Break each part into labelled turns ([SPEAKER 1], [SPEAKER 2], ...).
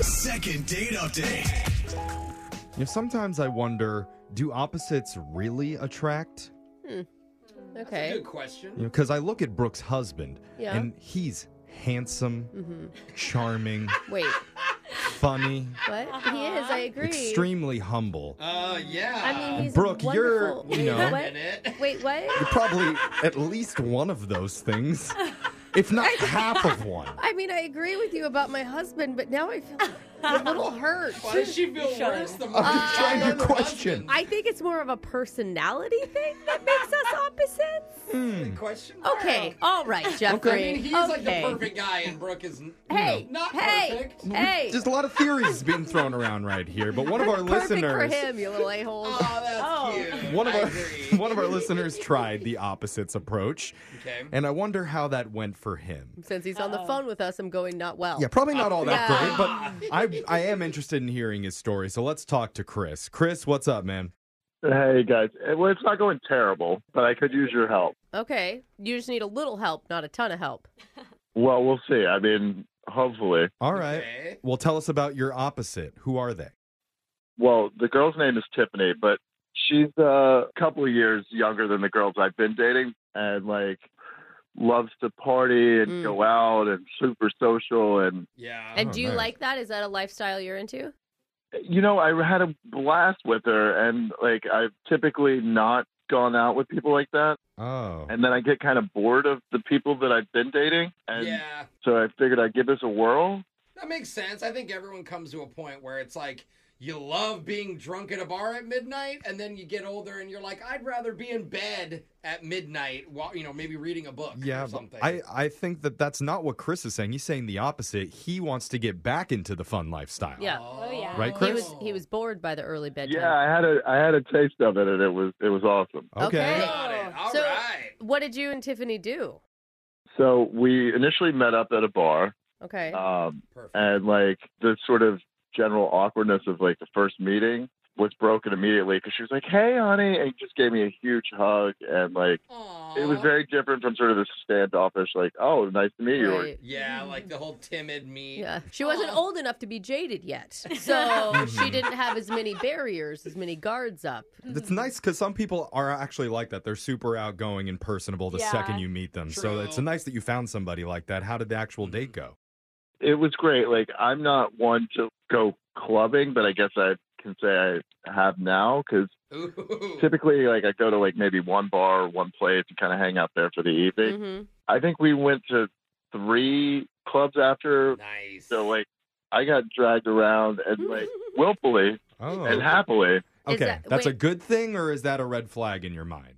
[SPEAKER 1] Second date update.
[SPEAKER 2] You know, sometimes I wonder, do opposites really attract?
[SPEAKER 3] Okay.
[SPEAKER 4] Good question.
[SPEAKER 2] You know, because I look at Brooke's husband,
[SPEAKER 3] Yeah. Mm-hmm.
[SPEAKER 2] and he's handsome, charming,
[SPEAKER 3] Wait.
[SPEAKER 2] funny,
[SPEAKER 3] What? He is. I agree.
[SPEAKER 2] extremely humble.
[SPEAKER 4] Uh, yeah.
[SPEAKER 3] I mean, he's
[SPEAKER 2] Brooke,
[SPEAKER 3] a
[SPEAKER 2] you're-
[SPEAKER 3] wonderful-
[SPEAKER 2] you
[SPEAKER 3] Wait,
[SPEAKER 2] know-
[SPEAKER 3] What? Wait, what?
[SPEAKER 2] Probably at least one of those things, if not half of one.
[SPEAKER 3] I mean, I agree with you about my husband, but now I feel a little hurt.
[SPEAKER 4] Why does she feel
[SPEAKER 5] Shut
[SPEAKER 4] worse
[SPEAKER 5] up.
[SPEAKER 4] the more
[SPEAKER 2] I'm
[SPEAKER 4] you
[SPEAKER 2] just
[SPEAKER 4] tell
[SPEAKER 2] trying
[SPEAKER 4] her
[SPEAKER 2] to
[SPEAKER 4] her
[SPEAKER 2] question.
[SPEAKER 3] I think it's more of a personality thing that makes us opposites.
[SPEAKER 4] husband? question?
[SPEAKER 3] Hmm. Okay. All right, Jeffrey.
[SPEAKER 4] I mean, he's like the
[SPEAKER 3] Okay.
[SPEAKER 4] perfect guy, and Brooke is n-
[SPEAKER 3] Hey,
[SPEAKER 4] not
[SPEAKER 3] hey,
[SPEAKER 4] perfect.
[SPEAKER 3] hey.
[SPEAKER 2] Just a lot of theories being thrown around right here, but one of our
[SPEAKER 3] perfect
[SPEAKER 2] listeners.
[SPEAKER 3] for him, you little a-hole.
[SPEAKER 4] Oh, that's
[SPEAKER 5] Oh.
[SPEAKER 4] cute.
[SPEAKER 2] One of
[SPEAKER 4] I
[SPEAKER 2] our
[SPEAKER 4] agree.
[SPEAKER 2] one of our listeners tried the opposites approach,
[SPEAKER 4] Okay.
[SPEAKER 2] and I wonder how that went for him.
[SPEAKER 3] Since he's on the
[SPEAKER 4] Oh.
[SPEAKER 3] phone with us, I'm going not well. uh,
[SPEAKER 2] Yeah, probably not all that
[SPEAKER 3] Yeah.
[SPEAKER 4] Ah,
[SPEAKER 2] great, but I I am interested in hearing his story. So let's talk to Chris. Chris, what's up, man?
[SPEAKER 6] Hey guys, Eh, well, it's not going terrible, but I could use your help.
[SPEAKER 3] Okay. You just need a little help, not a ton of help.
[SPEAKER 6] Well, we'll see. I mean, hopefully.
[SPEAKER 2] All right.
[SPEAKER 4] Okay.
[SPEAKER 2] Well, tell us about your opposite. Who are they?
[SPEAKER 6] Well, the girl's name is Tiffany, but she's a couple of years younger than the girls I've been dating, and like loves to party and
[SPEAKER 3] Mm.
[SPEAKER 6] go out and super social. And
[SPEAKER 4] Yeah.
[SPEAKER 3] And
[SPEAKER 2] Oh,
[SPEAKER 3] do you
[SPEAKER 2] nice.
[SPEAKER 3] like that? Is that a lifestyle you're into?
[SPEAKER 6] you know, I had a blast with her, and like I've typically not gone out with people like that,
[SPEAKER 2] Oh.
[SPEAKER 6] and then I get kind of bored of the people that I've been dating, and
[SPEAKER 4] yeah.
[SPEAKER 6] so I figured I'd give this a whirl.
[SPEAKER 4] That makes sense. I think everyone comes to a point where it's like you love being drunk at a bar at midnight, and then you get older and you're like, I'd rather be in bed at midnight, while you know maybe reading a book
[SPEAKER 2] yeah,
[SPEAKER 4] or
[SPEAKER 2] but
[SPEAKER 4] something.
[SPEAKER 2] I, I think that that's not what Chris is saying. He's saying the opposite. He wants to get back into the fun lifestyle.
[SPEAKER 3] Yeah.
[SPEAKER 5] Oh, yeah.
[SPEAKER 2] Right,
[SPEAKER 3] He
[SPEAKER 2] Chris?
[SPEAKER 3] was he was bored by the early bedtime.
[SPEAKER 6] Yeah, I had a I had a taste of it, and it was it was awesome.
[SPEAKER 2] Okay.
[SPEAKER 3] Okay.
[SPEAKER 4] Got it. All
[SPEAKER 3] So-
[SPEAKER 4] right.
[SPEAKER 3] What did you and Tiffany do?
[SPEAKER 6] So we initially met up at a bar,
[SPEAKER 3] Okay.
[SPEAKER 6] um,
[SPEAKER 4] Perfect.
[SPEAKER 6] and like the sort of general awkwardness of like the first meeting was broken immediately because she was like, "Hey, honey," and just gave me a huge hug, and like
[SPEAKER 4] Aw.
[SPEAKER 6] it was very different from sort of this standoffish, like, "Oh, nice to meet you." or-
[SPEAKER 3] Right.
[SPEAKER 4] Yeah, like the whole timid me.
[SPEAKER 3] Yeah. She wasn't
[SPEAKER 4] Aw.
[SPEAKER 3] old enough to be jaded yet. So she didn't have as many barriers, as many guards up.
[SPEAKER 2] It's nice because some people are actually like that. They're super outgoing and personable the
[SPEAKER 5] Yeah.
[SPEAKER 2] second you meet them. So
[SPEAKER 4] True.
[SPEAKER 2] it's nice that you found somebody like that. How did the actual date go?
[SPEAKER 6] It was great. Like I'm not one to go clubbing, but I guess I can say I have now because
[SPEAKER 4] Ooh.
[SPEAKER 6] typically like I go to like maybe one bar or one place and kind of hang out there for the evening.
[SPEAKER 3] hmm
[SPEAKER 6] I think we went to three clubs after.
[SPEAKER 4] Nice.
[SPEAKER 6] So like, I got dragged around and like willfully
[SPEAKER 2] Oh,
[SPEAKER 6] and happily.
[SPEAKER 2] okay.
[SPEAKER 3] Is that-
[SPEAKER 2] That's a
[SPEAKER 3] wait.
[SPEAKER 2] good thing, or is that a red flag in your mind?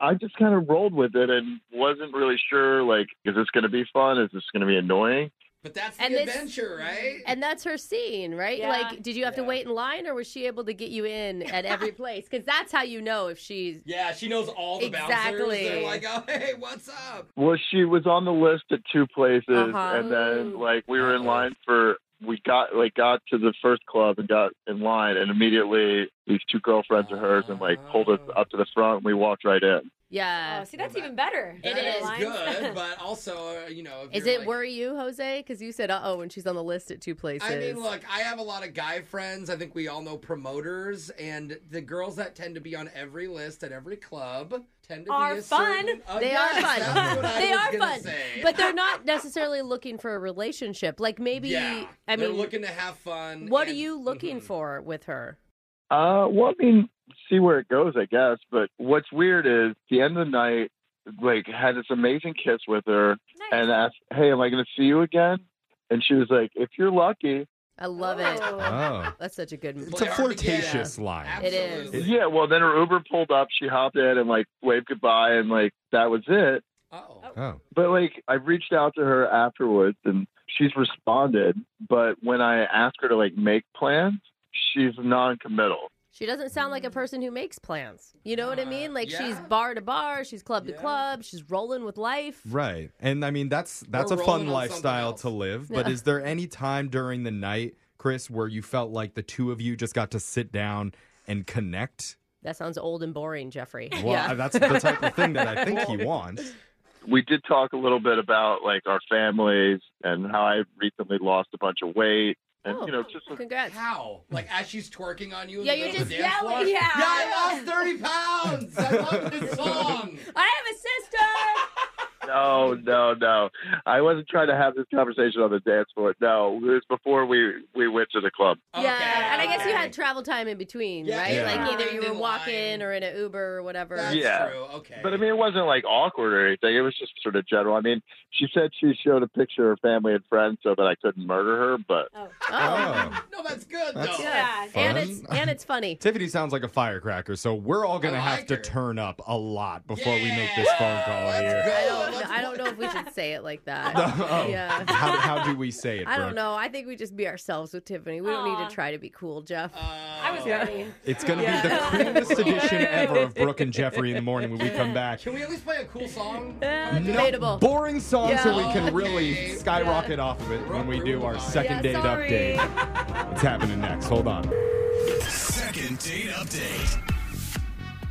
[SPEAKER 6] I just kind of rolled with it and wasn't really sure like, is this going to be fun? Is this going to be annoying?
[SPEAKER 4] but that's the
[SPEAKER 3] And this-
[SPEAKER 4] adventure, right?
[SPEAKER 3] And that's her scene, right?
[SPEAKER 5] Yeah.
[SPEAKER 3] Like, did you have to
[SPEAKER 4] Yeah.
[SPEAKER 3] wait in line or was she able to get you in at every place? Because that's how you know if she's.
[SPEAKER 4] yeah, she knows all the
[SPEAKER 3] Exactly.
[SPEAKER 4] bouncers. They're like, oh, hey, what's up?
[SPEAKER 6] Well, she was on the list at two places,
[SPEAKER 3] Uh-huh.
[SPEAKER 6] and then like we were in
[SPEAKER 2] Uh-huh.
[SPEAKER 6] line for. We got like got to the first club and got in line, and immediately these two girlfriends of hers and like pulled us up to the front, and we walked right in.
[SPEAKER 3] Yeah.
[SPEAKER 5] Oh, see, that's even better.
[SPEAKER 3] It
[SPEAKER 4] That
[SPEAKER 3] Uh, is.
[SPEAKER 4] good, but also, uh, you know, if
[SPEAKER 3] Is
[SPEAKER 4] you're
[SPEAKER 3] it
[SPEAKER 4] like,
[SPEAKER 3] worry you, Jose? Because you said, uh oh, when she's on the list at two places.
[SPEAKER 4] I mean, look, I have a lot of guy friends. I think we all know promoters, and the girls that tend to be on every list at every club tend to
[SPEAKER 5] Are
[SPEAKER 4] be a
[SPEAKER 5] fun.
[SPEAKER 4] certain- Uh,
[SPEAKER 3] They
[SPEAKER 4] yes,
[SPEAKER 3] are fun.
[SPEAKER 4] that's what I
[SPEAKER 3] they
[SPEAKER 4] was
[SPEAKER 3] are
[SPEAKER 4] gonna
[SPEAKER 3] fun,
[SPEAKER 4] say.
[SPEAKER 3] but they're not necessarily looking for a relationship. Like maybe,
[SPEAKER 4] yeah,
[SPEAKER 3] I
[SPEAKER 4] they're
[SPEAKER 3] mean,
[SPEAKER 4] looking to have fun.
[SPEAKER 3] what are
[SPEAKER 4] and-
[SPEAKER 3] you looking
[SPEAKER 4] Mhm.
[SPEAKER 3] for with her?
[SPEAKER 6] Uh, well, I mean, see where it goes, I guess. But what's weird is the end of the night, like, had this amazing kiss with her, and asked, "Hey, am I going to see you again?" And she was like, "if you're lucky."
[SPEAKER 3] I love it.
[SPEAKER 2] Oh,
[SPEAKER 3] That's such a good.
[SPEAKER 2] it's a
[SPEAKER 4] Well,
[SPEAKER 2] flirtatious line.
[SPEAKER 3] It is.
[SPEAKER 4] Absolutely.
[SPEAKER 6] Yeah. Well, then her Uber pulled up. She hopped in and like waved goodbye, and like that was it.
[SPEAKER 4] Uh-oh.
[SPEAKER 2] Oh,
[SPEAKER 6] But like, I reached out to her afterwards, and she's responded. But when I asked her to like make plans, she's non-committal.
[SPEAKER 3] She doesn't sound like a person who makes plans. You know what I mean? Like
[SPEAKER 4] Yeah.
[SPEAKER 3] she's bar to bar, she's club to
[SPEAKER 4] Yeah.
[SPEAKER 3] club, she's rolling with life.
[SPEAKER 2] right. And I mean, that's that's
[SPEAKER 4] Or
[SPEAKER 2] a
[SPEAKER 4] rolling on
[SPEAKER 2] fun
[SPEAKER 4] something
[SPEAKER 2] lifestyle
[SPEAKER 4] else.
[SPEAKER 2] to live. But is there any time during the night, Chris, where you felt like the two of you just got to sit down and connect?
[SPEAKER 3] That sounds old and boring, Jeffrey.
[SPEAKER 2] Well, that's the type of thing that I think he wants.
[SPEAKER 6] we did talk a little bit about like our families and how I recently lost a bunch of weight and
[SPEAKER 3] Oh,
[SPEAKER 6] you know just
[SPEAKER 3] Congrats.
[SPEAKER 4] How? Like as she's twerking on you? in
[SPEAKER 5] Yeah,
[SPEAKER 4] the
[SPEAKER 5] you're
[SPEAKER 4] middle of
[SPEAKER 5] just
[SPEAKER 4] the dance
[SPEAKER 5] yelling,
[SPEAKER 4] floor?
[SPEAKER 5] yeah.
[SPEAKER 4] Yeah, I lost thirty pounds. I love this song.
[SPEAKER 5] I have a sister.
[SPEAKER 6] no no no I wasn't trying to have this conversation on the dance floor no it was before we we went to the club
[SPEAKER 3] Yeah,
[SPEAKER 4] Okay,
[SPEAKER 3] and I guess you
[SPEAKER 4] okay.
[SPEAKER 3] had travel time in between,
[SPEAKER 4] Yeah.
[SPEAKER 3] right?
[SPEAKER 2] Yeah.
[SPEAKER 3] Like either you
[SPEAKER 4] Behind
[SPEAKER 3] were
[SPEAKER 4] in
[SPEAKER 3] walking
[SPEAKER 4] line.
[SPEAKER 3] or in an Uber or whatever.
[SPEAKER 4] That's
[SPEAKER 6] Yeah.
[SPEAKER 4] true. Okay.
[SPEAKER 6] But I mean, it wasn't like awkward or anything. It was just sort of general. I mean, she said she showed a picture of family and friends so that I couldn't murder her, but
[SPEAKER 3] Oh.
[SPEAKER 2] Oh.
[SPEAKER 4] no, that's good
[SPEAKER 2] That's-
[SPEAKER 4] though.
[SPEAKER 5] Yeah.
[SPEAKER 3] And
[SPEAKER 2] Fun.
[SPEAKER 3] it's and it's funny.
[SPEAKER 2] Tiffany sounds like a firecracker, so we're all gonna
[SPEAKER 4] I
[SPEAKER 2] have
[SPEAKER 4] like
[SPEAKER 2] to
[SPEAKER 4] her.
[SPEAKER 2] turn up a lot before we make this
[SPEAKER 4] Yeah.
[SPEAKER 2] phone call
[SPEAKER 4] Let's
[SPEAKER 2] here.
[SPEAKER 4] go.
[SPEAKER 3] I don't know,
[SPEAKER 4] Let's
[SPEAKER 3] I don't know if we should say it like that.
[SPEAKER 2] Oh.
[SPEAKER 3] Yeah.
[SPEAKER 2] How, how do we say it?
[SPEAKER 3] I don't
[SPEAKER 2] Brooke?
[SPEAKER 3] know. I think we just be ourselves with Tiffany. We don't need
[SPEAKER 5] Aw.
[SPEAKER 3] to try to be cool, Jeff.
[SPEAKER 5] I was
[SPEAKER 4] Oh.
[SPEAKER 5] ready.
[SPEAKER 2] It's gonna
[SPEAKER 3] Yeah.
[SPEAKER 2] be the cleanest edition
[SPEAKER 5] Yay.
[SPEAKER 2] ever of Brooke and Jeffrey in the morning when we come back.
[SPEAKER 4] Can we at least play a cool song?
[SPEAKER 3] Yeah,
[SPEAKER 2] No,
[SPEAKER 3] debatable.
[SPEAKER 2] boring song, so we can really
[SPEAKER 4] Okay.
[SPEAKER 2] skyrocket off of it when we do our second
[SPEAKER 3] Yeah,
[SPEAKER 2] date
[SPEAKER 3] sorry.
[SPEAKER 2] update. What's happening next? Hold on.
[SPEAKER 1] Second date update.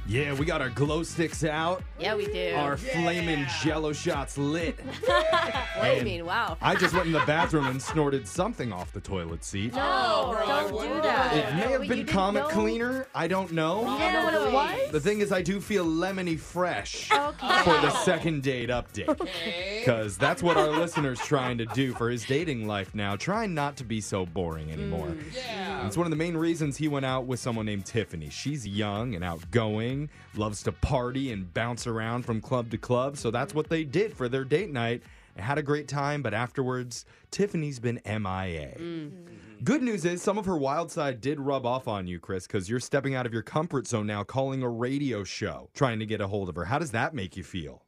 [SPEAKER 2] Yeah, we got our glow sticks out,
[SPEAKER 3] yeah, we do.
[SPEAKER 2] our
[SPEAKER 4] Yeah.
[SPEAKER 2] flaming jello shots lit.
[SPEAKER 3] I mean, wow.
[SPEAKER 2] I just went in the bathroom and snorted something off the toilet seat.
[SPEAKER 4] Oh, bro, I
[SPEAKER 3] don't
[SPEAKER 4] wouldn't
[SPEAKER 3] do
[SPEAKER 4] do
[SPEAKER 3] that.
[SPEAKER 4] that.
[SPEAKER 2] It may
[SPEAKER 3] No,
[SPEAKER 2] have
[SPEAKER 3] you
[SPEAKER 2] been
[SPEAKER 3] didn't
[SPEAKER 2] Comet
[SPEAKER 3] know?
[SPEAKER 2] Cleaner. I don't know.
[SPEAKER 3] You didn't know what it was?
[SPEAKER 2] The thing is, I do feel lemony fresh
[SPEAKER 3] Okay.
[SPEAKER 2] for the second date update.
[SPEAKER 4] Okay.
[SPEAKER 2] Because that's what our listener's trying to do for his dating life now. Trying not to be so boring anymore.
[SPEAKER 3] Mm.
[SPEAKER 4] Yeah.
[SPEAKER 2] It's one of the main reasons he went out with someone named Tiffany. She's young and outgoing, loves to party and bounce around from club to club. So that's what they did for their date night. They had a great time, but afterwards, Tiffany's been MIA. Good news is some of her wild side did rub off on you, Chris, because you're stepping out of your comfort zone now, calling a radio show, trying to get a hold of her. How does that make you feel?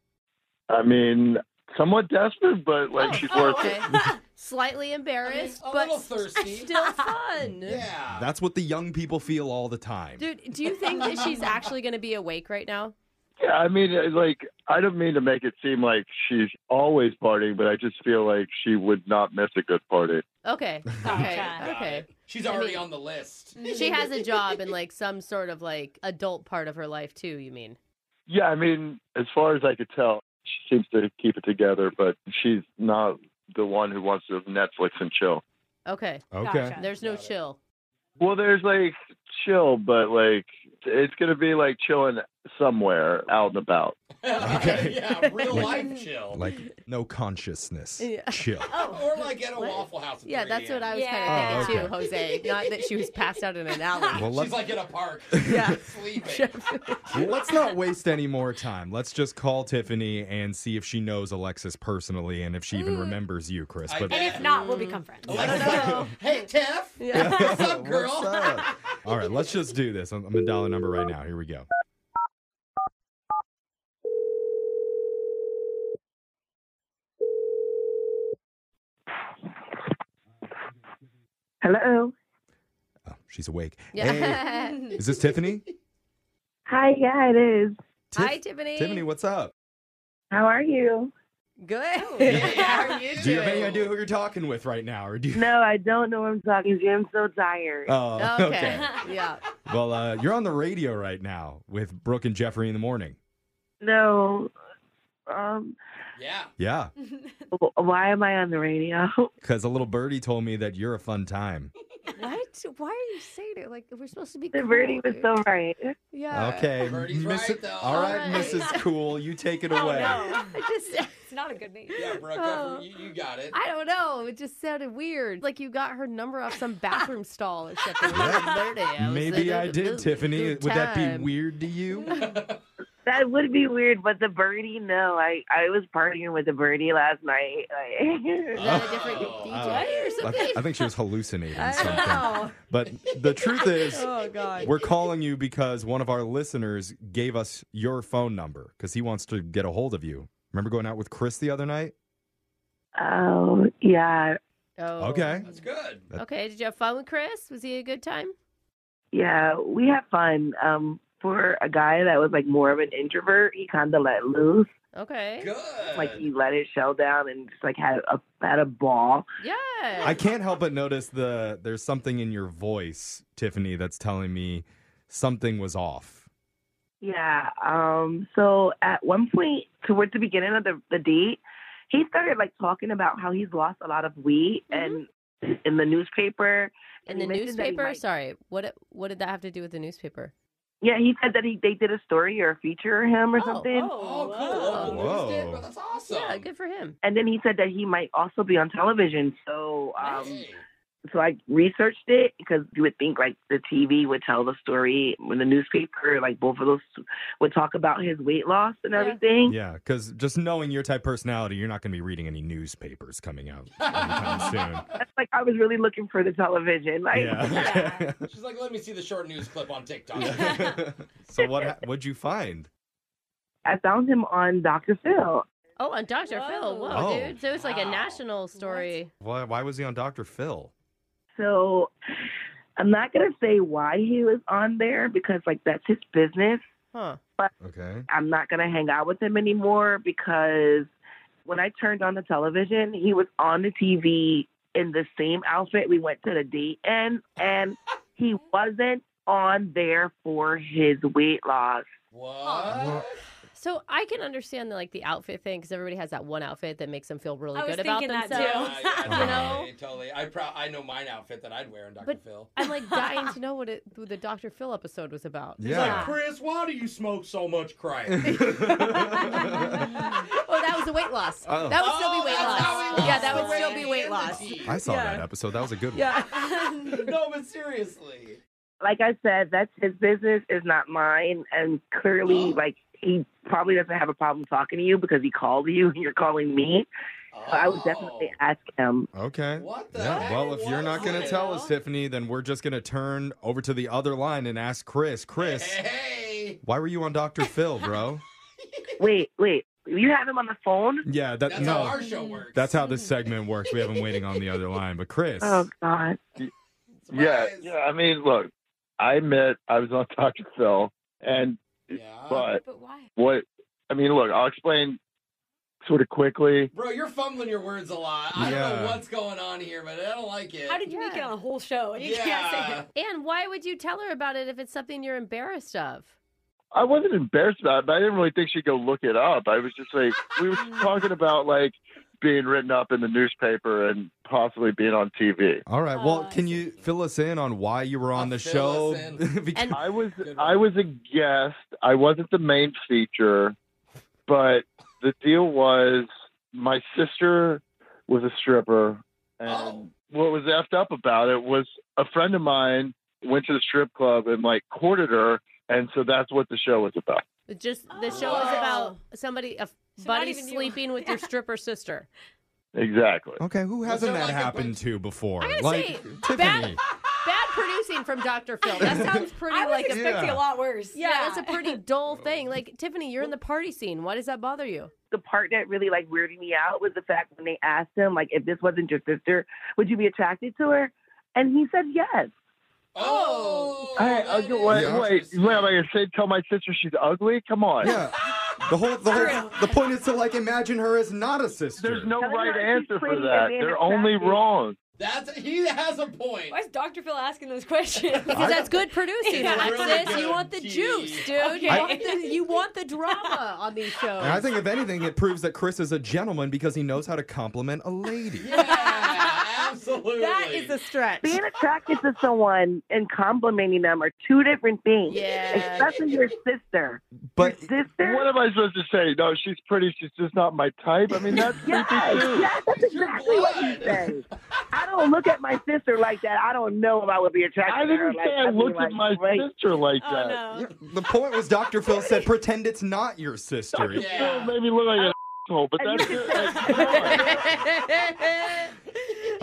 [SPEAKER 6] I mean, somewhat desperate, but like she's worth
[SPEAKER 3] Oh, Okay.
[SPEAKER 6] it.
[SPEAKER 3] Slightly embarrassed,
[SPEAKER 4] A
[SPEAKER 3] but
[SPEAKER 4] little thirsty.
[SPEAKER 3] still fun.
[SPEAKER 4] yeah.
[SPEAKER 2] That's what the young people feel all the time.
[SPEAKER 3] Dude, do you think that she's actually going to be awake right now?
[SPEAKER 6] Yeah, I mean, uh, like I don't mean to make it seem like she's always partying, but I just feel like she would not miss a good party.
[SPEAKER 3] Okay.
[SPEAKER 5] Gotcha.
[SPEAKER 3] Okay. Okay.
[SPEAKER 4] She's already
[SPEAKER 3] mean-
[SPEAKER 4] on the list.
[SPEAKER 3] She has a job in like some sort of like adult part of her life too, you mean?
[SPEAKER 6] Yeah, I mean, as far as I could tell, she seems to keep it together, but she's not the one who wants to Netflix and chill.
[SPEAKER 3] Okay.
[SPEAKER 2] Okay.
[SPEAKER 5] Gotcha.
[SPEAKER 3] There's no
[SPEAKER 4] Got it.
[SPEAKER 3] chill.
[SPEAKER 6] Well, there's like chill, but like it's gonna be like chilling somewhere out and about.
[SPEAKER 2] Okay.
[SPEAKER 4] yeah, real
[SPEAKER 2] Like-
[SPEAKER 4] life chill.
[SPEAKER 2] Like, no consciousness.
[SPEAKER 3] Yeah.
[SPEAKER 2] Chill.
[SPEAKER 4] or like at a
[SPEAKER 3] Oh. What?
[SPEAKER 4] Waffle House. At
[SPEAKER 3] Yeah,
[SPEAKER 4] 3
[SPEAKER 3] that's what I
[SPEAKER 4] a.m.
[SPEAKER 3] was
[SPEAKER 5] Yeah.
[SPEAKER 3] kind of thinking
[SPEAKER 2] Oh,
[SPEAKER 3] too, Jose. Not that she was passed out in an alley.
[SPEAKER 2] Well, let's,
[SPEAKER 4] She's like in a park.
[SPEAKER 3] Yeah.
[SPEAKER 4] Sleeping.
[SPEAKER 2] Well, let's not waste any more time. Let's just call Tiffany and see if she knows Alexis personally and if she even remembers you, Chris.
[SPEAKER 4] I
[SPEAKER 5] And if not, we'll become friends.
[SPEAKER 4] Alexa's like, hey, Tiff.
[SPEAKER 3] Yeah.
[SPEAKER 4] What's up, girl?
[SPEAKER 2] What's up? All right, let's just do this. I'm, I'm a dollar number right now. Here we go.
[SPEAKER 7] Hello.
[SPEAKER 2] Oh, she's awake. Hey,
[SPEAKER 3] Yeah.
[SPEAKER 2] is this Tiffany?
[SPEAKER 7] Hi, yeah, it is.
[SPEAKER 2] Tiff-
[SPEAKER 3] Hi, Tiffany.
[SPEAKER 2] Tiffany, what's up?
[SPEAKER 7] How are you?
[SPEAKER 3] Good.
[SPEAKER 2] Oh,
[SPEAKER 4] Hey, how are you?
[SPEAKER 2] Do you have any idea who you're talking with right now, or do you?
[SPEAKER 7] No, I don't know what I'm talking to. you. I'm so tired.
[SPEAKER 2] Oh,
[SPEAKER 3] Okay. Yeah.
[SPEAKER 2] Well, uh, you're on the radio right now with Brooke and Jeffrey in the morning.
[SPEAKER 7] no. Um,
[SPEAKER 4] Yeah.
[SPEAKER 2] Yeah,
[SPEAKER 7] wh- why am I on the radio?
[SPEAKER 2] because a little birdie told me that you're a fun time.
[SPEAKER 3] What? Why are you saying it? Like we're supposed to be.
[SPEAKER 7] The birdie
[SPEAKER 3] cool,
[SPEAKER 7] was so right.
[SPEAKER 3] dude. Yeah.
[SPEAKER 2] okay,
[SPEAKER 4] Birdie's
[SPEAKER 2] Miss-
[SPEAKER 4] right, though.
[SPEAKER 2] all right,
[SPEAKER 3] All right. Oh,
[SPEAKER 2] Mrs. Cool, you take it away.
[SPEAKER 5] no.
[SPEAKER 3] It just.
[SPEAKER 5] It's not a good name.
[SPEAKER 4] Yeah, Brooke,
[SPEAKER 3] Oh.
[SPEAKER 4] you, you got it.
[SPEAKER 3] I don't know. It just sounded weird. Like you got her number off some bathroom stall or something. Birdie, I was
[SPEAKER 2] Maybe
[SPEAKER 3] like,
[SPEAKER 2] I did,
[SPEAKER 3] "This-
[SPEAKER 2] Tiffany.
[SPEAKER 3] this
[SPEAKER 2] Would that
[SPEAKER 3] time."
[SPEAKER 2] be weird to you?
[SPEAKER 7] That would be weird, but the birdie, no. I I was partying with the birdie last night. Like,
[SPEAKER 3] Is that a different
[SPEAKER 4] Oh.
[SPEAKER 3] DJ or something?
[SPEAKER 2] I, I think she was hallucinating
[SPEAKER 3] I don't
[SPEAKER 2] something.
[SPEAKER 3] know.
[SPEAKER 2] But the truth is,
[SPEAKER 3] Oh God.
[SPEAKER 2] we're calling you because one of our listeners gave us your phone number because he wants to get a hold of you. Remember going out with Chris the other night?
[SPEAKER 7] oh yeah,
[SPEAKER 3] Oh.
[SPEAKER 2] Okay.
[SPEAKER 4] That's good.
[SPEAKER 3] Okay. Did you have fun with Chris? Was he a good time?
[SPEAKER 7] yeah. We had fun. Um, for a guy that was like more of an introvert, he kind of let loose.
[SPEAKER 3] Okay.
[SPEAKER 4] Good.
[SPEAKER 7] Like he let his shell down and just like had a had a ball.
[SPEAKER 3] Yeah.
[SPEAKER 2] I can't help but notice the there's something in your voice, Tiffany, that's telling me something was off.
[SPEAKER 7] Yeah. Um, so at one point, towards the beginning of the, the date, he started like talking about how he's lost a lot of weight
[SPEAKER 3] Mm-hmm.
[SPEAKER 7] and in the newspaper.
[SPEAKER 3] In
[SPEAKER 7] And
[SPEAKER 3] the
[SPEAKER 7] he mentioned that he
[SPEAKER 3] newspaper?
[SPEAKER 7] might-
[SPEAKER 3] Sorry, what what did that have to do with the newspaper?
[SPEAKER 7] Yeah, he said that he they did a story or a feature of him or
[SPEAKER 3] Oh,
[SPEAKER 4] Oh,
[SPEAKER 7] something.
[SPEAKER 4] cool.
[SPEAKER 5] whoa.
[SPEAKER 4] Local news did?
[SPEAKER 2] Whoa.
[SPEAKER 4] Well, that's awesome.
[SPEAKER 3] Yeah, good for him.
[SPEAKER 7] And then he said that he might also be on television. So um,
[SPEAKER 4] Hey.
[SPEAKER 7] so I researched it because you would think like the TV would tell the story when the newspaper, like both of those would talk about his weight loss and
[SPEAKER 3] Yeah.
[SPEAKER 7] everything.
[SPEAKER 2] Yeah, because just knowing your type personality, you're not going to be reading any newspapers coming out anytime soon.
[SPEAKER 7] That's like I was really looking for the television. Like
[SPEAKER 2] Yeah.
[SPEAKER 4] She's like, let me see the short news clip on TikTok.
[SPEAKER 2] so what? ha- What'd you find?
[SPEAKER 7] I found him on Dr. Phil.
[SPEAKER 3] Oh, on Dr. Phil. Whoa,
[SPEAKER 2] Whoa.
[SPEAKER 3] dude. So it's like a
[SPEAKER 4] Wow.
[SPEAKER 3] national story.
[SPEAKER 2] Why? Why was he on Doctor Phil?
[SPEAKER 7] So I'm not gonna say why he was on there because like that's his business.
[SPEAKER 3] Huh.
[SPEAKER 2] Okay.
[SPEAKER 7] I'm not gonna hang out with him anymore because when I turned on the television, he was on the TV in the same outfit. We went to the date and and he wasn't on there for his weight loss.
[SPEAKER 4] What?
[SPEAKER 3] So I can understand the, like the outfit thing because everybody has that one outfit that makes them feel really
[SPEAKER 5] I was
[SPEAKER 3] good about
[SPEAKER 5] thinking that,
[SPEAKER 3] themselves.
[SPEAKER 5] too.
[SPEAKER 4] Yeah, yeah,
[SPEAKER 2] You know?
[SPEAKER 4] totally, totally. I pro- I know mine outfit that I'd wear in Dr.
[SPEAKER 3] But-
[SPEAKER 4] Phil.
[SPEAKER 3] I'm like dying to know what it, who the Dr. Phil episode was about.
[SPEAKER 4] He's
[SPEAKER 2] Yeah.
[SPEAKER 4] like, Chris, why do you smoke so much crack?
[SPEAKER 3] Oh, that was the weight loss.
[SPEAKER 2] Oh.
[SPEAKER 3] That would still be
[SPEAKER 4] Oh,
[SPEAKER 3] weight
[SPEAKER 4] that's how we
[SPEAKER 3] loss.
[SPEAKER 4] lost
[SPEAKER 3] Yeah, that
[SPEAKER 4] the
[SPEAKER 3] would still
[SPEAKER 4] weight
[SPEAKER 3] be weight
[SPEAKER 4] and the
[SPEAKER 3] loss.
[SPEAKER 4] teeth.
[SPEAKER 2] I saw that episode. That was a good one.
[SPEAKER 3] Yeah.
[SPEAKER 4] no, but seriously.
[SPEAKER 7] Like I said, that's his business, is not mine. And clearly,
[SPEAKER 4] Oh.
[SPEAKER 7] like he probably doesn't have a problem talking to you because he called you and you're calling me. So I would definitely
[SPEAKER 4] Oh.
[SPEAKER 7] ask him.
[SPEAKER 2] Okay.
[SPEAKER 4] What the
[SPEAKER 2] Yeah,
[SPEAKER 4] heck
[SPEAKER 2] well, if you're not
[SPEAKER 4] was
[SPEAKER 2] going to
[SPEAKER 4] it?
[SPEAKER 2] tell us, Tiffany, then we're just going to turn over to the other line and ask Chris. Chris,
[SPEAKER 4] Hey.
[SPEAKER 2] why were you on Dr. Phil, bro?
[SPEAKER 7] Wait, wait. You have him on the phone?
[SPEAKER 2] Yeah, that
[SPEAKER 4] That's
[SPEAKER 2] no.
[SPEAKER 4] how our show works.
[SPEAKER 2] that's how this segment works. We have him waiting on the other line. But Chris,
[SPEAKER 7] Oh God.
[SPEAKER 6] Yeah,
[SPEAKER 4] Surprise.
[SPEAKER 6] yeah. I mean, look, I admit I was on Dr. Phil, and
[SPEAKER 4] Yeah.
[SPEAKER 6] but
[SPEAKER 5] But why?
[SPEAKER 6] what? I mean, look, I'll explain sort of quickly.
[SPEAKER 4] Bro, you're fumbling your words a lot. I don't
[SPEAKER 2] Yeah.
[SPEAKER 4] know what's going on here, but I don't like it.
[SPEAKER 5] How did you make it
[SPEAKER 3] Yeah.
[SPEAKER 5] on a whole show and you can't say
[SPEAKER 4] yeah.
[SPEAKER 5] it?
[SPEAKER 3] And why would you tell her about it if it's something you're embarrassed of?
[SPEAKER 6] I wasn't embarrassed about it, but I didn't really think she'd go look it up. I was just like, we were talking about like being written up in the newspaper and possibly being on TV.
[SPEAKER 2] all right. Well,
[SPEAKER 5] Oh, I
[SPEAKER 2] can you fill us in on why you were on the
[SPEAKER 4] I'll
[SPEAKER 2] show?
[SPEAKER 4] fill us in.
[SPEAKER 2] Because-
[SPEAKER 3] And
[SPEAKER 6] I was
[SPEAKER 4] Good one.
[SPEAKER 6] I was a guest. I wasn't the main feature, but the deal was my sister was a stripper, and
[SPEAKER 4] Oh.
[SPEAKER 6] what was effed up about it was a friend of mine went to the strip club and like courted her, and so that's what the show was about.
[SPEAKER 3] Just the show is
[SPEAKER 4] Wow.
[SPEAKER 3] about somebody, a
[SPEAKER 5] So not
[SPEAKER 3] buddy
[SPEAKER 5] even you.
[SPEAKER 3] sleeping with your stripper sister.
[SPEAKER 6] Exactly.
[SPEAKER 2] okay, who hasn't
[SPEAKER 4] there,
[SPEAKER 2] that
[SPEAKER 4] like, a
[SPEAKER 2] happened
[SPEAKER 4] bunch-
[SPEAKER 2] to before?
[SPEAKER 3] I gotta
[SPEAKER 2] Like
[SPEAKER 3] say,
[SPEAKER 2] Tiffany.
[SPEAKER 3] bad, bad producing from Dr. Phil. That sounds pretty
[SPEAKER 5] I was
[SPEAKER 3] like a
[SPEAKER 5] expecting
[SPEAKER 2] Yeah.
[SPEAKER 5] a lot worse.
[SPEAKER 3] yeah, that's a pretty dull thing. Like Tiffany, you're in the party scene. Why does that bother you?
[SPEAKER 7] The part that really like weirded me out was the fact when they asked him, like, if this wasn't your sister, would you be attracted to her? And he said yes.
[SPEAKER 4] Oh.
[SPEAKER 6] Hey, uh,
[SPEAKER 4] that
[SPEAKER 6] ugly,
[SPEAKER 4] is
[SPEAKER 6] wait,
[SPEAKER 2] Yeah.
[SPEAKER 6] wait,
[SPEAKER 4] interesting.
[SPEAKER 6] wait, wait, say, tell my sister she's ugly? Come on.
[SPEAKER 2] Yeah. The whole, the whole, the point is to like imagine her as not a sister.
[SPEAKER 6] There's no
[SPEAKER 7] Tell her
[SPEAKER 6] right
[SPEAKER 7] she's
[SPEAKER 6] answer for
[SPEAKER 7] pretty and
[SPEAKER 6] that.
[SPEAKER 7] being
[SPEAKER 6] They're only
[SPEAKER 7] attractive.
[SPEAKER 6] wrong.
[SPEAKER 4] That's he has a point.
[SPEAKER 5] Why is Dr. Phil asking those questions?
[SPEAKER 3] Because that's good producing,
[SPEAKER 5] Yeah.
[SPEAKER 3] Alexis.
[SPEAKER 4] Really
[SPEAKER 3] you
[SPEAKER 4] good.
[SPEAKER 3] want the
[SPEAKER 4] Gee.
[SPEAKER 3] juice, dude. You,
[SPEAKER 5] I-
[SPEAKER 3] want the, you want the drama on these shows.
[SPEAKER 2] And I think if anything, it proves that Chris is a gentleman because he knows how to compliment a lady.
[SPEAKER 4] Yeah, absolutely.
[SPEAKER 3] that is a stretch.
[SPEAKER 7] Being attracted to someone and complimenting them are two different things.
[SPEAKER 3] Yeah.
[SPEAKER 7] Especially your sister.
[SPEAKER 2] But
[SPEAKER 7] Sister
[SPEAKER 6] What am I supposed to say? No, she's pretty. She's just not my type. I mean, that's
[SPEAKER 7] Yes,
[SPEAKER 6] creepy too.
[SPEAKER 7] yes, that's exactly what you say. I don't look at my sister like that. I don't know if I would be attracted
[SPEAKER 6] I
[SPEAKER 7] to her.
[SPEAKER 6] didn't
[SPEAKER 7] Like,
[SPEAKER 6] say I
[SPEAKER 7] I'd be
[SPEAKER 6] looked
[SPEAKER 7] like,
[SPEAKER 6] at my
[SPEAKER 7] wait.
[SPEAKER 6] sister like
[SPEAKER 5] Oh,
[SPEAKER 6] that.
[SPEAKER 5] no.
[SPEAKER 2] the point was Dr. Phil said, pretend it's not your sister.
[SPEAKER 4] Yeah.
[SPEAKER 6] Still made me look like an asshole, but that's it. Like, come on.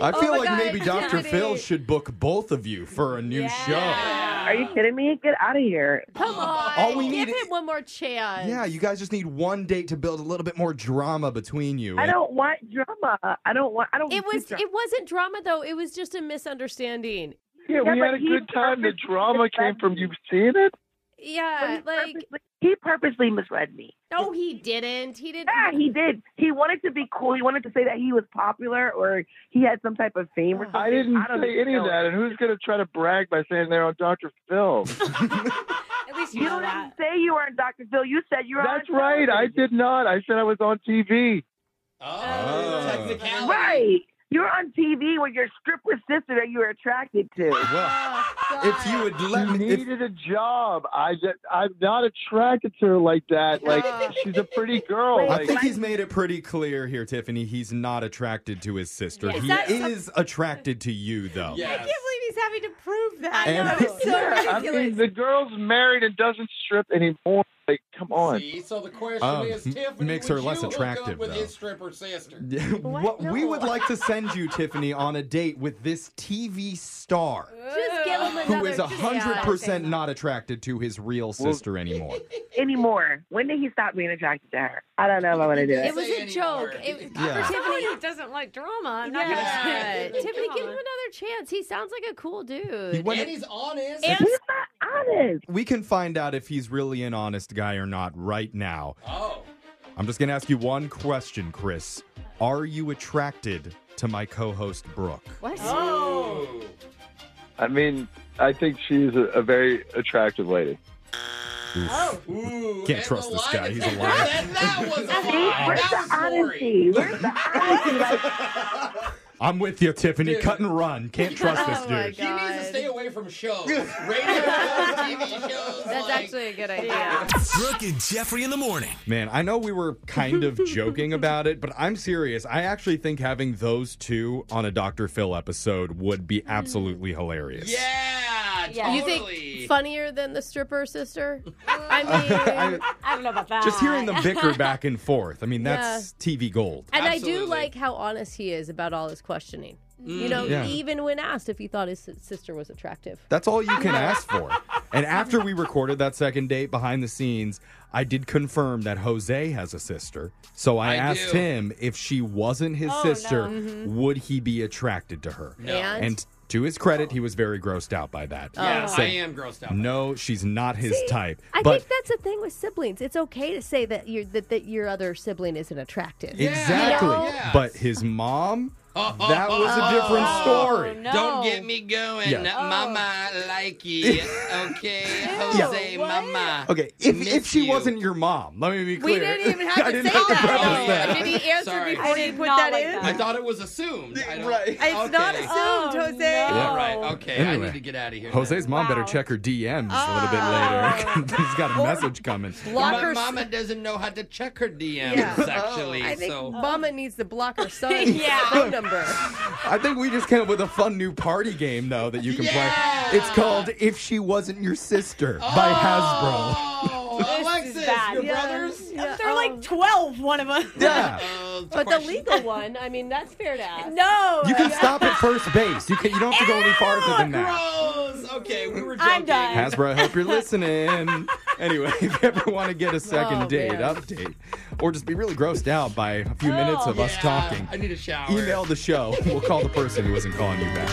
[SPEAKER 2] I
[SPEAKER 3] Oh
[SPEAKER 2] feel
[SPEAKER 3] my
[SPEAKER 2] like
[SPEAKER 3] God,
[SPEAKER 2] maybe Dr.
[SPEAKER 3] Tiffany.
[SPEAKER 2] Phil should book both of you for a new show.
[SPEAKER 7] Are you kidding me? Get out of here.
[SPEAKER 3] Come on.
[SPEAKER 2] All we
[SPEAKER 3] give
[SPEAKER 2] need-
[SPEAKER 3] it one more chance.
[SPEAKER 2] Yeah, you guys just need one date to build a little bit more drama between you.
[SPEAKER 7] I don't want drama. I don't want. I don't.
[SPEAKER 3] It was.
[SPEAKER 7] Drama.
[SPEAKER 3] It wasn't drama though. It was just a misunderstanding.
[SPEAKER 6] Yeah,
[SPEAKER 7] Yeah,
[SPEAKER 6] we had
[SPEAKER 7] but
[SPEAKER 6] a
[SPEAKER 7] he
[SPEAKER 6] good time. The
[SPEAKER 7] purposely
[SPEAKER 6] drama came from you've seen it.
[SPEAKER 7] But
[SPEAKER 3] Yeah,
[SPEAKER 7] he
[SPEAKER 3] like
[SPEAKER 7] purposely, he purposely misread me.
[SPEAKER 3] no, he didn't. He didn't.
[SPEAKER 7] Yeah, he did. He wanted to be cool. He wanted to say that he was popular or he had some type of fame or something.
[SPEAKER 6] I didn't
[SPEAKER 7] I don't
[SPEAKER 6] say
[SPEAKER 7] even
[SPEAKER 6] any of
[SPEAKER 7] know.
[SPEAKER 6] that. And who's going to try to brag by saying they're on Dr. Phil?
[SPEAKER 5] At least asked you
[SPEAKER 7] You
[SPEAKER 5] all
[SPEAKER 7] didn't
[SPEAKER 5] that.
[SPEAKER 7] say you were on Dr. Phil. You said you were
[SPEAKER 6] That's
[SPEAKER 7] on
[SPEAKER 6] right. I
[SPEAKER 7] television.
[SPEAKER 6] did not. I said I was on TV.
[SPEAKER 4] Oh,
[SPEAKER 2] Oh.
[SPEAKER 4] technicality.
[SPEAKER 7] Right. You're on TV with your stripper sister that you were attracted to.
[SPEAKER 2] Well, if you would let
[SPEAKER 6] She
[SPEAKER 2] me, if,
[SPEAKER 6] needed a job. I just, I'm not attracted to her like that. Like
[SPEAKER 3] Yeah.
[SPEAKER 6] she's a pretty girl.
[SPEAKER 7] Wait,
[SPEAKER 2] I
[SPEAKER 6] Like,
[SPEAKER 2] think he's made it pretty clear here, Tiffany. He's not attracted to his sister.
[SPEAKER 5] Yeah. Is
[SPEAKER 2] He
[SPEAKER 5] that-
[SPEAKER 2] is attracted to you, though.
[SPEAKER 4] Yes.
[SPEAKER 5] I can't believe he's having to prove that.
[SPEAKER 2] And-
[SPEAKER 5] that is so
[SPEAKER 6] I mean,
[SPEAKER 5] ridiculous.
[SPEAKER 6] the girl's married and doesn't strip anymore. Like, come on.
[SPEAKER 4] See, so the question
[SPEAKER 2] Um,
[SPEAKER 4] is,
[SPEAKER 2] m-
[SPEAKER 4] Tiffany,
[SPEAKER 2] makes
[SPEAKER 4] would
[SPEAKER 2] her less
[SPEAKER 4] you hook
[SPEAKER 2] attractive,
[SPEAKER 4] up with
[SPEAKER 2] though.
[SPEAKER 4] his stripper sister.
[SPEAKER 2] What we would like to send you, Tiffany, on a date with this TV star
[SPEAKER 3] Just give him another
[SPEAKER 2] who is
[SPEAKER 3] chance.
[SPEAKER 2] hundred percent
[SPEAKER 5] Yeah.
[SPEAKER 2] not attracted to his real sister anymore.
[SPEAKER 7] Anymore. When did he stop being attracted to her? I don't know if I want to do
[SPEAKER 3] It
[SPEAKER 7] it.
[SPEAKER 3] was
[SPEAKER 4] Say
[SPEAKER 3] a
[SPEAKER 4] any
[SPEAKER 3] joke.
[SPEAKER 4] word.
[SPEAKER 3] It,
[SPEAKER 2] Yeah.
[SPEAKER 3] For
[SPEAKER 5] Somebody
[SPEAKER 3] Tiffany,
[SPEAKER 5] who doesn't like drama, I'm not going to
[SPEAKER 3] yeah.
[SPEAKER 5] say
[SPEAKER 4] gonna
[SPEAKER 5] it.
[SPEAKER 3] Tiffany, give him
[SPEAKER 5] Come on.
[SPEAKER 3] another chance. He sounds like a cool dude.
[SPEAKER 2] He went-
[SPEAKER 4] and he's honest.
[SPEAKER 5] And-
[SPEAKER 7] He's not honest.
[SPEAKER 2] we can find out if he's really an honest guy or not right now.
[SPEAKER 4] oh,
[SPEAKER 2] I'm just gonna ask you one question, Chris. Are you attracted to my co-host Brooke?
[SPEAKER 3] what?
[SPEAKER 4] oh,
[SPEAKER 6] I mean, I think she's a, a very attractive lady.
[SPEAKER 3] Oh.
[SPEAKER 4] Ooh,
[SPEAKER 2] Can't
[SPEAKER 4] and
[SPEAKER 2] trust
[SPEAKER 4] the
[SPEAKER 2] this
[SPEAKER 4] lie
[SPEAKER 2] guy. He's a
[SPEAKER 4] detector.
[SPEAKER 2] liar.
[SPEAKER 4] That, that was a
[SPEAKER 7] See,
[SPEAKER 4] lie.
[SPEAKER 7] where's
[SPEAKER 4] That
[SPEAKER 7] the
[SPEAKER 4] was Lori.
[SPEAKER 7] honesty? Where's the honesty? Like,
[SPEAKER 2] I'm with you, Tiffany.
[SPEAKER 4] Dude.
[SPEAKER 2] Cut and run. Can't trust this
[SPEAKER 3] Oh
[SPEAKER 2] dude.
[SPEAKER 3] my
[SPEAKER 4] He needs to
[SPEAKER 3] God.
[SPEAKER 4] stay away from shows, radio shows, TV shows.
[SPEAKER 3] That's
[SPEAKER 4] like,
[SPEAKER 3] actually a good idea.
[SPEAKER 1] Brooke and Jeffrey in the morning.
[SPEAKER 2] Man, I know we were kind of joking about it, but I'm serious. I actually think having those two on a Dr. Phil episode would
[SPEAKER 3] Mm.
[SPEAKER 2] be absolutely hilarious.
[SPEAKER 4] Yeah,
[SPEAKER 5] Yeah.
[SPEAKER 3] You
[SPEAKER 4] totally.
[SPEAKER 3] think funnier than the stripper sister? I
[SPEAKER 2] I-
[SPEAKER 3] mean,
[SPEAKER 5] I don't know about that.
[SPEAKER 2] just hearing them bicker back and forth. I mean, that's TV gold.
[SPEAKER 3] and I
[SPEAKER 4] Absolutely. Mm.
[SPEAKER 3] do like how honest he is about all his questioning. You know,
[SPEAKER 2] Yeah.
[SPEAKER 3] even when asked if he thought his s- sister was attractive.
[SPEAKER 2] That's all you can ask for. And after we recorded that second date behind the scenes, I did confirm that Jose has a sister. So I,
[SPEAKER 4] I
[SPEAKER 2] asked
[SPEAKER 4] do. Mm-hmm.
[SPEAKER 2] him if she wasn't his
[SPEAKER 5] Oh,
[SPEAKER 2] sister,
[SPEAKER 5] no.
[SPEAKER 2] would he be attracted to her?
[SPEAKER 4] No. Oh.
[SPEAKER 3] And,
[SPEAKER 2] And to his credit, he was very grossed out by that.
[SPEAKER 4] Yes,
[SPEAKER 2] So-
[SPEAKER 4] I am grossed out.
[SPEAKER 2] No, she's not his type.
[SPEAKER 3] I
[SPEAKER 2] but
[SPEAKER 3] think that's the thing with siblings. It's okay to say that your that, that your other sibling isn't attractive.
[SPEAKER 4] Yeah.
[SPEAKER 2] exactly.
[SPEAKER 4] You know? Yeah.
[SPEAKER 2] But his mom,
[SPEAKER 4] Oh, oh,
[SPEAKER 2] that was a
[SPEAKER 4] oh,
[SPEAKER 2] different
[SPEAKER 4] oh.
[SPEAKER 2] story.
[SPEAKER 5] Oh, no.
[SPEAKER 4] Don't get me going,
[SPEAKER 2] Yeah.
[SPEAKER 4] Mama. Like you, okay,
[SPEAKER 2] Yeah.
[SPEAKER 4] Jose, Mama.
[SPEAKER 2] Okay, if,
[SPEAKER 4] Miss
[SPEAKER 2] if she
[SPEAKER 4] you.
[SPEAKER 2] wasn't your mom, let me be
[SPEAKER 3] We
[SPEAKER 2] clear.
[SPEAKER 3] didn't even have
[SPEAKER 2] I
[SPEAKER 3] to
[SPEAKER 2] didn't
[SPEAKER 3] say
[SPEAKER 2] have to
[SPEAKER 3] that.
[SPEAKER 2] preface
[SPEAKER 4] Oh, yeah.
[SPEAKER 2] that.
[SPEAKER 4] I
[SPEAKER 3] Did he answer
[SPEAKER 4] Sorry.
[SPEAKER 3] before
[SPEAKER 5] I
[SPEAKER 3] you
[SPEAKER 5] did
[SPEAKER 3] put
[SPEAKER 5] not
[SPEAKER 3] that
[SPEAKER 5] like
[SPEAKER 3] in?
[SPEAKER 5] that.
[SPEAKER 4] I thought it was assumed. I don't-
[SPEAKER 2] Right.
[SPEAKER 3] It's not
[SPEAKER 4] Okay.
[SPEAKER 3] assumed,
[SPEAKER 5] Oh,
[SPEAKER 3] Jose.
[SPEAKER 5] no.
[SPEAKER 4] All right. Okay. I
[SPEAKER 2] Anyway.
[SPEAKER 4] need to get out of here.
[SPEAKER 2] Jose's mom better
[SPEAKER 5] Wow.
[SPEAKER 2] check her DMs a little bit later. He's got a message coming.
[SPEAKER 4] then.
[SPEAKER 3] Block
[SPEAKER 4] My
[SPEAKER 3] her.
[SPEAKER 4] mama doesn't know how to check her DMs
[SPEAKER 3] Yeah.
[SPEAKER 2] Oh,
[SPEAKER 4] actually.
[SPEAKER 3] I think
[SPEAKER 4] so
[SPEAKER 3] Mama needs to block her son's
[SPEAKER 5] Yeah.
[SPEAKER 3] phone number.
[SPEAKER 2] I think we just came up with a fun new party game, though, that you can
[SPEAKER 4] Yeah.
[SPEAKER 2] play. It's called If She Wasn't Your Sister by Hasbro.
[SPEAKER 4] Oh,
[SPEAKER 5] This
[SPEAKER 4] Alexis,
[SPEAKER 5] is bad.
[SPEAKER 4] your
[SPEAKER 5] Yeah.
[SPEAKER 4] brothers.
[SPEAKER 3] Yeah. Oh.
[SPEAKER 5] They're like 12, one of them.
[SPEAKER 2] Yeah.
[SPEAKER 4] Uh,
[SPEAKER 3] but the
[SPEAKER 4] question-
[SPEAKER 3] legal one. I mean, that's fair to ask.
[SPEAKER 5] No.
[SPEAKER 2] You can stop at first base. You can. You don't have to go any farther than that.
[SPEAKER 4] Gross. Okay, we were joking.
[SPEAKER 5] I'm done.
[SPEAKER 2] Hasbro, I hope you're listening. Anyway, if you ever want to get a second
[SPEAKER 3] Oh,
[SPEAKER 2] date
[SPEAKER 3] man.
[SPEAKER 2] update or just be really grossed out by a few minutes of us
[SPEAKER 4] Yeah,
[SPEAKER 2] talking,
[SPEAKER 4] I need a shower.
[SPEAKER 2] email the show. We'll call the person who isn't calling you back.